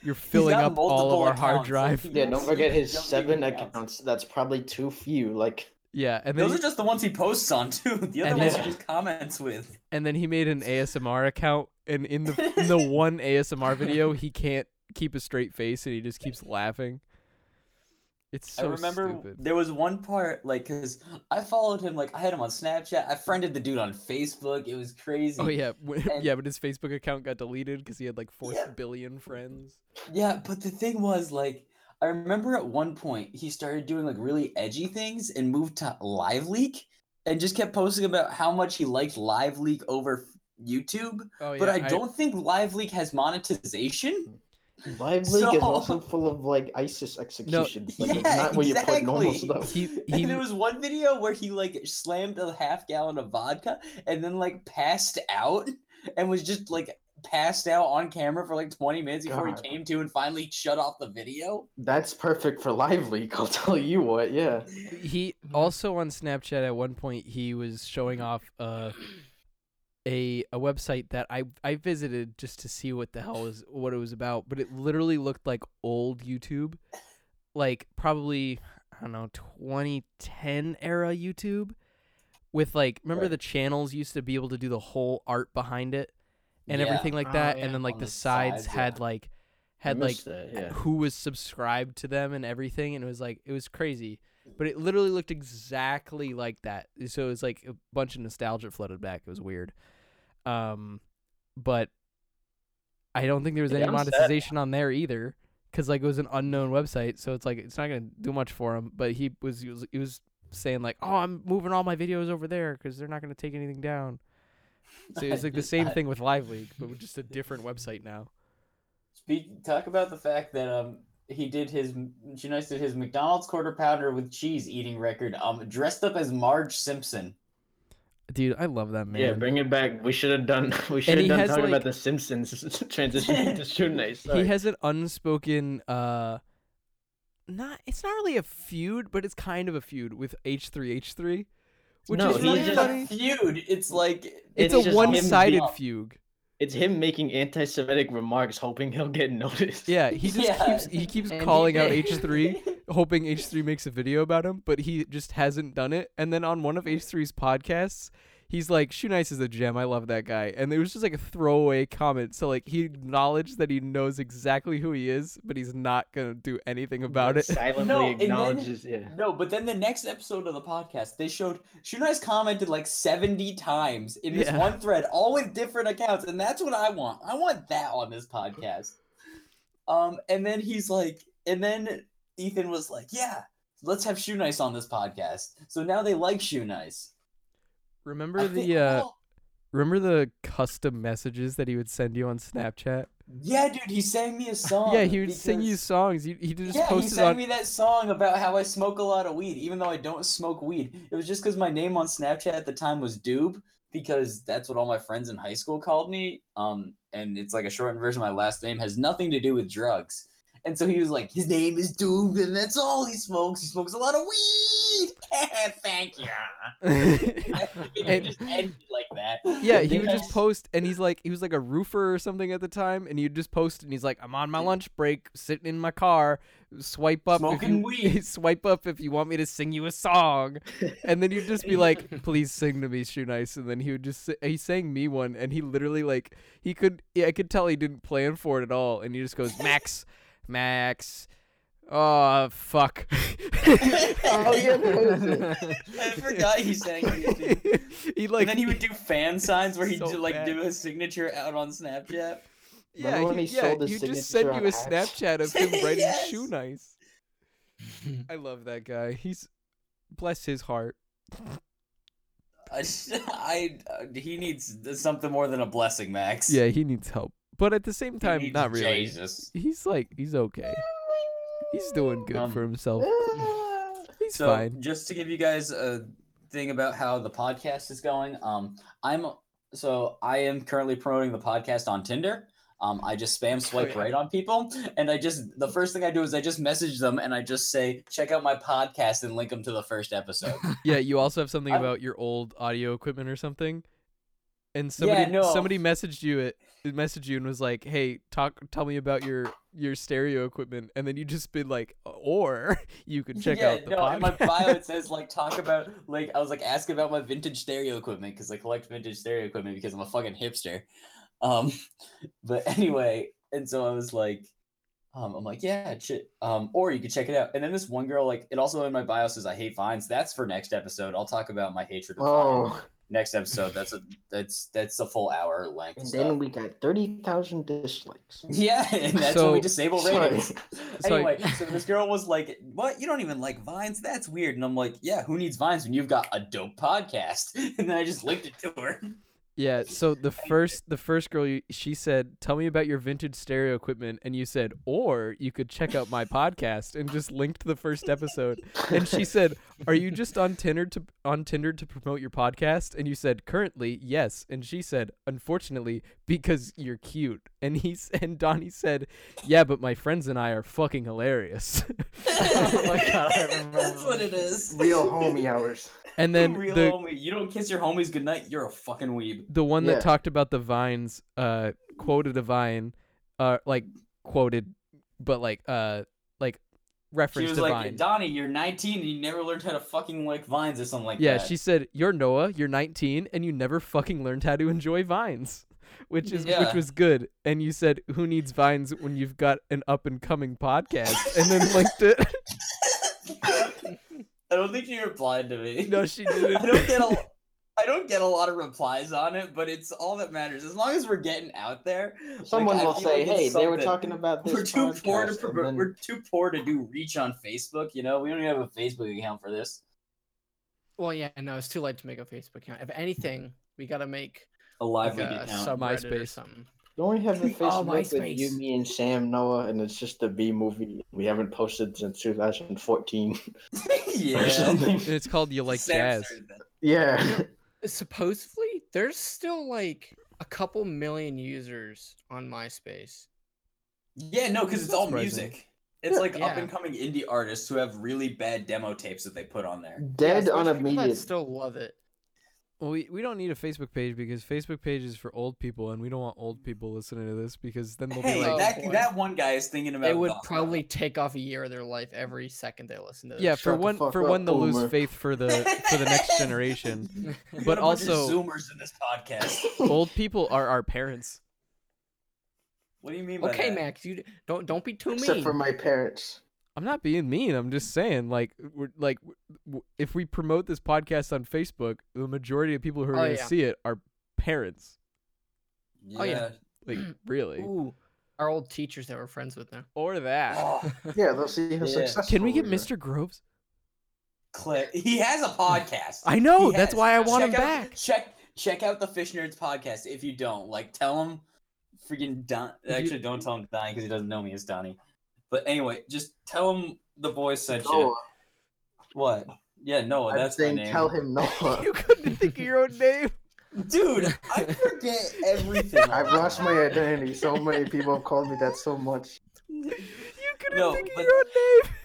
You're filling got up all of multiple our hard accounts, so drive. he- Yeah, don't forget his Jumping seven accounts. accounts. That's probably too few. Like, Yeah, and then Those he- are just the ones he posts on too. The other And ones his- he just comments with. and then he made an ASMR account, and in the in the one ASMR video, he can't keep a straight face, and he just keeps laughing. It's so I remember stupid. there was one part like because I followed him like I had him on Snapchat. I friended the dude on Facebook. It was crazy. Oh yeah, w- and- yeah, but his Facebook account got deleted because he had like four billion Yeah. friends. Yeah, but the thing was, like, I remember at one point he started doing like really edgy things and moved to Live Leak and just kept posting about how much he liked Live Leak over YouTube. Oh yeah, but I don't think Live Leak has monetization. Live League is So- also full of like ISIS executions. like, it's Yeah, not where you put normal exactly. stuff. He and he there was one video where he like slammed a half gallon of vodka and then like passed out and was just like passed out on camera for like 20 minutes before God. he came to and finally shut off the video. That's perfect for Live League. I'll tell you what. Yeah. he also on Snapchat at one point he was showing off uh a a website that I I visited just to see what the hell was what it was about, but it literally looked like old YouTube, like probably I don't know 2010 era YouTube, with like remember Right. the channels used to be able to do the whole art behind it and Yeah. everything like Oh, that, yeah. and then like On the the sides sides, had yeah. like I had like missed that, yeah. who was subscribed to them and everything and it was like it was crazy but it literally looked exactly like that so it was like a bunch of nostalgia flooded back it was weird um but i don't think there was Yeah, any I'm sad. monetization on there either because like it was an unknown website so it's like it's not gonna do much for him but he was he was, he was saying like oh i'm moving all my videos over there because they're not gonna take anything down so it's like the same I- thing with live league but with just a different website now Speak, talk about the fact that um he did his Janice did his McDonald's quarter pounder with cheese eating record um dressed up as Marge Simpson. dude i love that man Yeah, bring it back. We should have done. We should he have done has, talking like- about the Simpsons transition to Shoe Nice. he sorry. has an unspoken uh not it's not really a feud but it's kind of a feud with h3h3 which No, is he really just- funny a feud. It's like it's, It's a just him being- one-sided fugue It's him making anti-Semitic remarks, hoping he'll get noticed. yeah he just Yeah. keeps he keeps And he calling out did. h3 hoping h3 makes a video about him but he just hasn't done it and then on one of h3's podcasts he's like shoe nice is a gem i love that guy and it was just like a throwaway comment so like he acknowledged that he knows exactly who he is but he's not gonna do anything about it Silently No, and then- acknowledges. Yeah. no, but then the next episode of the podcast, they showed Shunai's commented like 70 times in this Yeah. one thread, all with different accounts, and that's what I want. I want that on this podcast. Um, and then he's like, and then Ethan was like, Yeah, let's have Shoe Nice on this podcast. So now they like Shoe Nice. I remember think- the uh oh, Remember the custom messages that he would send you on Snapchat? yeah, dude, he sang me a song. yeah, he would sing you Oh, because- songs. He, he just Yeah, he posted sang on. me that song about how I smoke a lot of weed, even though I don't smoke weed. It was just because my name on Snapchat at the time was Doob, because that's what all my friends in high school called me. Um, and it's like a shortened version of my last name, has nothing to do with drugs. And so he was like, his name is Doom, and that's all he smokes. He smokes a lot of weed. Thank you. It just ended like that. yeah, he would just post, and he's like, he was like a roofer or something at the time, and he'd just post, and he's like, I'm on my lunch break, sitting in my car, swipe up, if Smoking you, weed. swipe up if you want me to sing you a song, and then you'd just be like, please sing to me, shoe nice, and then he would just, si- he sang me one, and he literally like, he could, yeah, I could tell he didn't plan for it at all, and he just goes, Max, Max, oh fuck. Oh, yeah, that I forgot he sang it. Dude. he Like, like and then he would do fan signs where he'd So do, like bad. do his signature out on Snapchat. Yeah, Remember when he, he yeah, sold his he just sent signature you on a Axe? Snapchat of him writing shoe Yes. nice. I love that guy. He's bless his heart. I, I uh, he needs something more than a blessing, Max. Yeah, he needs help, but at the same He time, needs not really. Jesus. He's like he's okay. He's doing good Um, for himself. He's So fine. just to give you guys a thing about how the podcast is going, um, I'm so I am currently promoting the podcast on Tinder. Um, I just Oh, spam swipe right on people, and I just the first thing I do is I just message them and I just say check out my podcast and link them to the first episode. Yeah, you also have something I'm- about your old audio equipment or something, and somebody no. somebody messaged you it messaged you and was like, "Hey, talk tell me about your your stereo equipment," and then you just been like, "Or you could check out the no, podcast." in my bio it says like talk about like I was like asking about my vintage stereo equipment because I collect vintage stereo equipment because I'm a fucking hipster. Um, but anyway, and so I was like, um, I'm like, yeah, ch- um, or you could check it out. And then this one girl, like, it also in my bio says I hate vines. That's for next episode. I'll talk about my hatred of Vine Oh, next episode. That's a that's that's a full hour length. and stuff. then we got thirty thousand dislikes. Yeah, and that's when So- we disable Sorry. ratings. So I- anyway, so this girl was like, "What? You don't even like vines? That's weird." And I'm like, "Yeah, who needs vines when you've got a dope podcast?" And then I just linked it to her. Yeah, so the first the first girl you, she said, "Tell me about your vintage stereo equipment." And you said, "Or you could check out my podcast." And just linked the first episode. And she said, "Are you just on Tinder to on Tinder to promote your podcast?" And you said, "Currently, yes." And she said, "Unfortunately, because you're cute." And he s- and Donnie said, "Yeah, but my friends and I are fucking hilarious." Oh my God, I remember that's that. what it is. real homie hours. and then real the homie. You don't kiss your homies goodnight. You're a fucking weeb. the one Yeah. that talked about the vines uh quoted a vine uh like quoted but like uh like She referenced was a like, vine "Donnie, you're 19 and you never learned how to fucking like vines or something like yeah that." she said you're noah you're 19 and you never fucking learned how to enjoy vines which is which Yeah. was good and you said who needs vines when you've got an up and coming podcast and then linked it I don't think she replied to me. no she I don't didn't get a I don't get a lot of replies on it, but it's all that matters. As long as we're getting out there, like, Someone I will feel say, like it's "Hey, they were something. talking about this." We're too poor to podcast," pro- and then- we're too poor to do reach on Facebook. You know, we don't even have a Facebook account for this. Well, yeah, no, it's too late to make a Facebook account. If anything, we gotta make A like live a account. subreddit or MySpace. something. Don't we have a Oh, Facebook with you, MySpace. me, and Sam Noah, and it's just a B movie we haven't posted since 2014 or yeah. something? and it's called you like Sam jazz started that. Yeah, Supposedly, there's still like a couple million users on MySpace. Yeah, no, because it's all Surprising. music. It's like Yeah. up and coming indie artists who have really bad demo tapes that they put on there. dead Yeah, so on there's a people that media. Still love it. Well, we, we don't need a Facebook page because Facebook page is for old people, and we don't want old people listening to this because then they'll be Hey, like, Oh, that boy. that one guy is thinking about. They would Dogma. probably take off a year of their life every second they listen to this. yeah, Shut for the one fuck for up, one to boomer." lose faith for the for the next generation. We But got a bunch of also- Zoomers in this podcast. Old people are our parents. What do you mean? By Okay, that? Max, you d- don't don't be too Except mean. for my parents. I'm not being mean. I'm just saying, like, we're, like, w- w- if we promote this podcast on Facebook, the majority of people who are Oh, going to yeah. see it are parents. Oh, yeah. Like, really, Ooh, our old teachers that we're friends with now. or that. Oh, Yeah, they'll see how Yeah. successful. Can we get we are. Mr. Groves? Claire, he has a podcast. I know. He That's has. why I want check him out, back. Check check out the Fish Nerds podcast if you don't like. Tell him freaking Don. If you- Actually, don't tell him Donnie because he doesn't know me as Donnie. But anyway, just tell him the boys sent Noah, you. What? Yeah, Noah. I'm Oh, that's my saying name. tell him Noah. you couldn't think of your own name. Dude, I forget everything. I've lost my identity. So many people have called me that so much. You don't No, think but- you know it, Dave.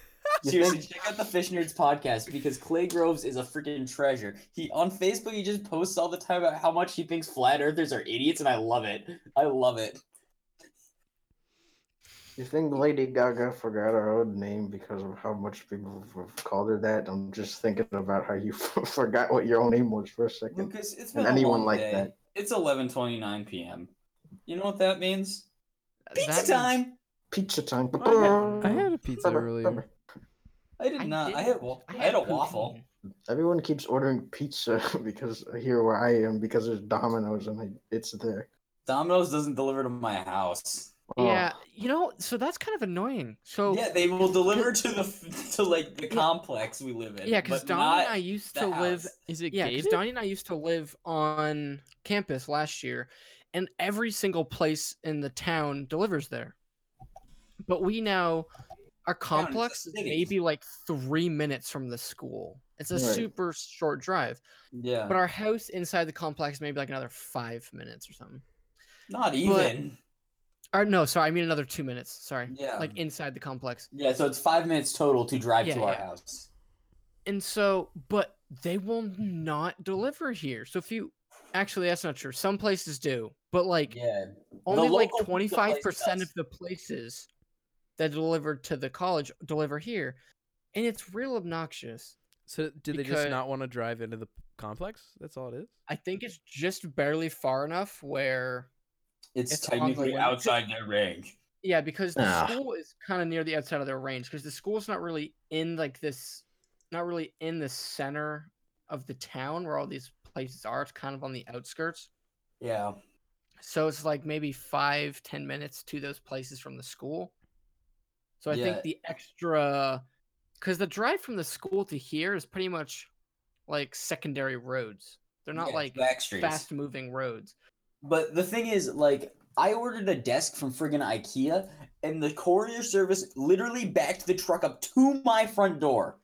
You Seriously, think- check out the Fish Nerds podcast because Clay Groves is a freaking treasure. He on Facebook he just posts all the time about how much he thinks flat earthers are idiots, and I love it. I love it. You think Lady Gaga forgot her own name because of how much people have called her that? I'm just thinking about how you forgot what your own name was for a second. Lucas, it's And been a anyone long like day. that. It's eleven twenty nine p.m. You know what that means? Pizza That means- time. Pizza time. Oh, I had a pizza Bummer, earlier. bummer. I did not. I didn't. had wa- I had a waffle. poutine. Everyone keeps ordering pizza because here where I am because there's Domino's and I, it's there. Domino's doesn't deliver to my house. Oh, Yeah, you know, so that's kind of annoying. So Yeah, they will deliver to the to like the complex we live in. yeah, because but Donnie not and I used the to live. house. Is it Yeah, because gated? Donnie and I used to live on campus last year, and every single place in the town delivers there. But we now, our town is a complex is city. maybe like three minutes from the school. It's a Right. super short drive. Yeah, But our house inside the complex is maybe like another five minutes or something. not even. Or no, sorry, I mean another two minutes. Sorry. yeah, Like inside the complex. yeah. So it's five minutes total to drive Yeah, to our yeah. house. And so, but they will not deliver here. So if you actually, that's not true. Some places do, but like Yeah, only like local pizza place 25% does. of the places that deliver to the college deliver here. And it's real obnoxious. So did they just Because- not want to drive into the p- complex? That's all it is. I think it's just barely far enough where, it's, It's on the technically way. outside their range. yeah, because the Ah. school is kind of near the outside of their range because the school's not really in like this, not really in the center of the town where all these places are. It's kind of on the outskirts. Yeah, So it's like maybe five, ten minutes to those places from the school. So I Yeah. think the extra, because the drive from the school to here is pretty much like secondary roads. They're not Yeah, like back streets. fast moving roads. But the thing is, like, I ordered a desk from friggin' IKEA, and the courier service literally backed the truck up to my front door.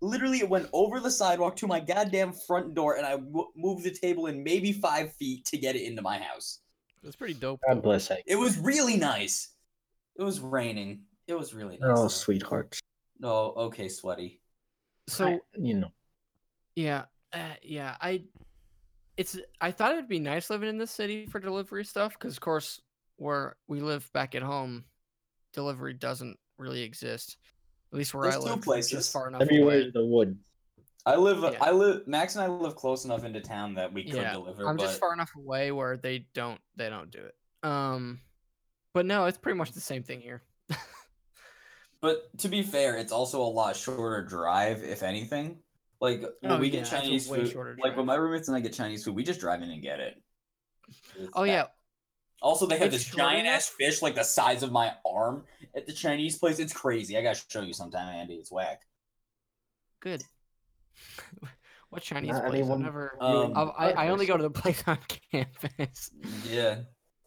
Literally, it went over the sidewalk to my goddamn front door, and I w- moved the table in maybe five feet to get it into my house. That's pretty dope. God bless her. It was really nice. It was raining. It was really nice. Oh, though. sweetheart. Oh, okay, sweaty. So I- you know. yeah, uh, yeah. I, it's. I thought it'd be nice living in this city for delivery stuff because, of course, where we live back at home, delivery doesn't really exist. At least where I There's two live, which places. is far enough. Everywhere away. is the wood. I live. Yeah. I live. Max and I live close enough into town that we could Yeah, deliver. I'm but just far enough away where they don't they don't do it. Um, but no, it's pretty much the same thing here. But to be fair, it's also a lot shorter drive, if anything. Like when Oh, we yeah, get it's a Chinese way food, shorter like drive. when my roommates and I get Chinese food, we just drive in and get it. It's Oh that- yeah, Also, they have it's this short enough? giant ass fish, like the size of my arm, at the Chinese place. It's crazy. I gotta show you sometime, Andy. It's whack. good. what Chinese Not place? I've anyone- never. Um, I've- I, I only go to the place on campus. Yeah,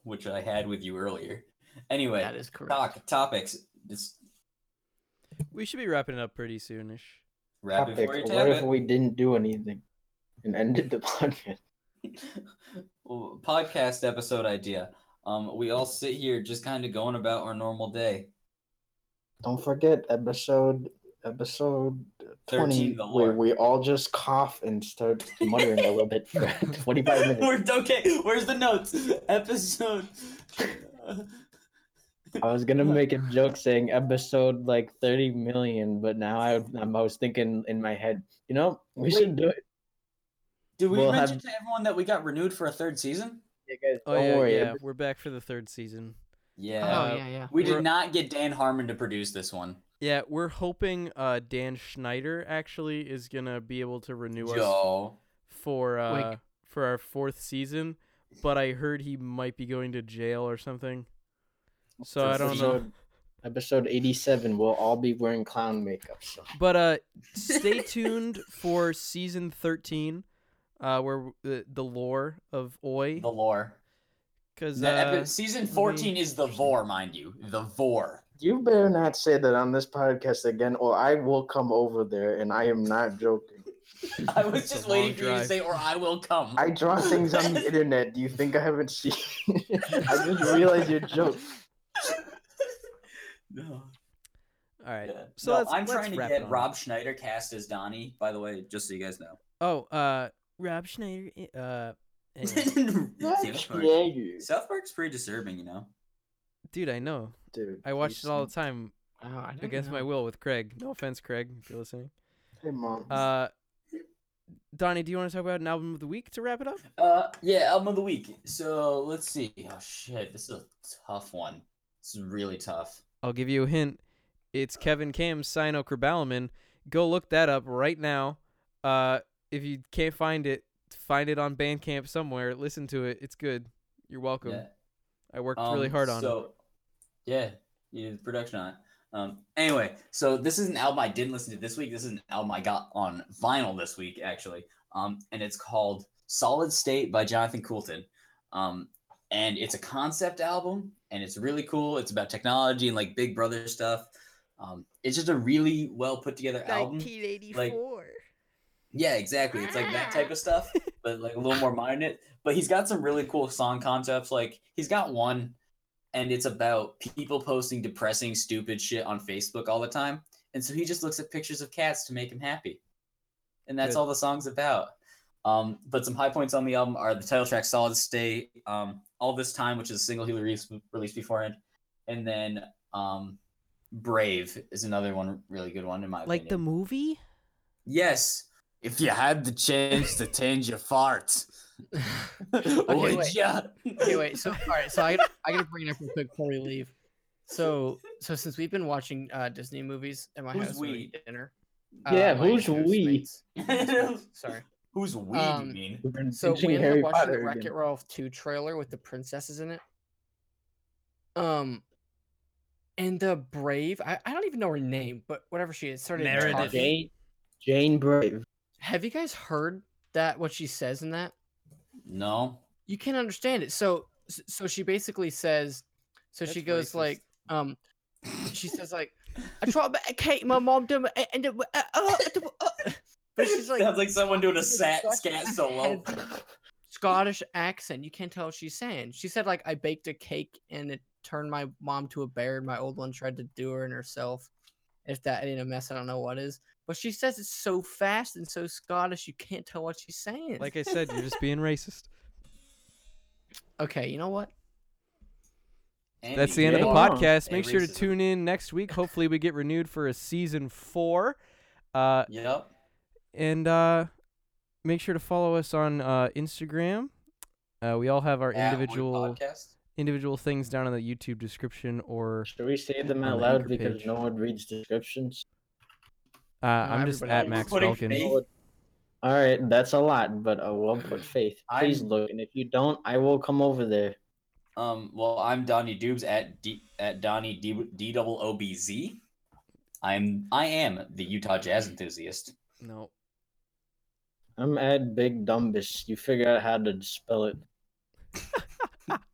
which I had with you earlier. Anyway, that is correct. talk topics. Just We should be wrapping it up pretty soonish. wrap it Topic, before you What tap if it. we didn't do anything and ended the podcast? Well, podcast episode idea. Um, we all sit here just kind of going about our normal day. Don't forget episode episode 20 13 the where Lord. we all just cough and start muttering a little bit for 25 minutes. We're- okay, where's the notes? Episode. I was gonna make a joke saying episode like 30 million, but now I, I'm- I was thinking in my head, you know, we should do it. Did we We'll have- mention to everyone that we got renewed for a third season? Yeah, guys, Oh don't yeah, worry. yeah. epi- We're back for the third season. Yeah. Oh Uh, yeah, yeah. we we're- did not get Dan Harmon to produce this one. Yeah, we're hoping uh, Dan Schneider actually is gonna be able to renew us Yo. for uh, Like- for our fourth season, but I heard he might be going to jail or something. So I don't know. Episode- Episode 87, we'll all be wearing clown makeup. So But uh, stay tuned for season thirteen, uh, where w- the the lore of Oi, The lore. because The epi- uh, season 14 is the Vor, mind you. The Vor. you better not say that on this podcast again, or I will come over there and I am not joking. I was It's a just long waiting for you to drive. say, or I will come. I draw things on the internet. Do you think I haven't seen? I just realized your joke. No. All right. Yeah. So No, let's, I'm let's trying to wrap get it on. Rob Schneider cast as Donnie, by the way, just so you guys know. Oh, uh, Rob Schneider. i- Uh, anyway. South, Park. South Park's pretty disturbing, you know. dude, I know. Dude, I watched he's- it all the time Oh, I don't against my know. will with Craig. No offense, Craig, if you're listening. Hey, mom. Uh, Donnie, do you want to talk about an album of the week to wrap it up? Uh, yeah, album of the week. So let's see. Oh shit, this is a tough one. This is really tough. I'll give you a hint. It's Kevin Cam's Cyanocobalamin. Go look that up right now. Uh, if you can't find it, find it on Bandcamp somewhere. Listen to it. It's good. You're welcome. Yeah. I worked really Um, hard on so, Yeah, yeah, the production on it. Um, anyway, so this is an album I didn't listen to this week. This is an album I got on vinyl this week, actually. Um, and it's called Solid State by Jonathan Coulton. Um, and it's a concept album, and it's really cool. It's about technology and like Big Brother stuff. Um, it's just a really well put together album. 1984. Yeah, exactly. It's like that Ah. type of stuff, but like a little more modern. It, but he's got some really cool song concepts. Like he's got one, and it's about people posting depressing, stupid shit on Facebook all the time. And so he just looks at pictures of cats to make him happy, and that's Good. all the song's about. Um, but some high points on the album are the title track "Solid State," um, "All This Time," which is a single he released released beforehand, and then um, "Brave" is another one, really good one in my it. Like opinion. the movie? Yes. If you had the chance to change your fart, Okay, wait. ya? okay, wait. So, all right. So I gotta, I gotta bring it up real quick before we leave. So, so since we've been watching uh, Disney movies at my Who's house, when we we? eat dinner. uh, Yeah, my who's house we? mates- Sorry. Who's we? Um, you mean? We've been So teaching we ended Harry up watching the Potter Wreck again. It Ralph 2 trailer with the princesses in it. Um, and the brave, I, I don't even know her name, but whatever she is, started Meredith. talking. Jane, Jane Brave. Have you guys heard that what she says in that? No. You can't understand it. So, so she basically says, so she That's goes racist. like, um, she says like, I try to make a cake, my mom did, and, and uh, uh, uh, uh," but she's like sounds like someone doing a she's sat such scat a solo. heavy Scottish accent. You can't tell what she's saying. She said like I baked a cake and it turned my mom to a bear and my old one tried to do her and herself. If that ain't a mess, I don't know what is. But she says it so fast and so Scottish you can't tell what she's saying. Like I said, you're just being racist. okay, you know what? That's the end of the Yeah. podcast. Hey, Make sure to racism. tune in next week. Hopefully, we get renewed for a season four. Uh, Yep. and uh, make sure to follow us on uh, Instagram. Uh, we all have our At Wood individual Podcast. individual things down in the YouTube description, or Should we say them On out the loud anchor because page. no one reads descriptions? uh, I'm just everybody at else. Max Putting Falcon. faith- All right, that's a lot, but I will put faith. Please I'm- look, and if you don't, I will come over there. Um. Well, I'm Donnie Dubes at D at Donnie D D double O B Z. I'm I am the Utah jazz enthusiast. No, I'm at Big Dumbus. You figure out how to spell it.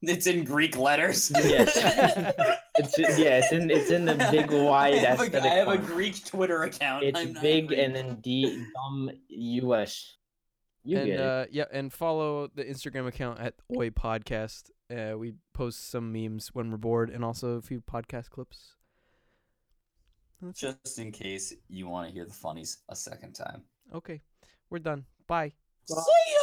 It's in Greek letters. Yes. It's yeah, it's in it's in the big I wide have, a- aesthetic. I have a font. Greek Twitter account. It's I'm not big Greek. and then D dumb US. You and get it. uh, yeah, and follow the Instagram account at Oi Podcast. Uh, we post some memes when we're bored, and also a few podcast clips. That's it. just in case you want to hear the funnies a second time. Okay, we're done. Bye. See ya.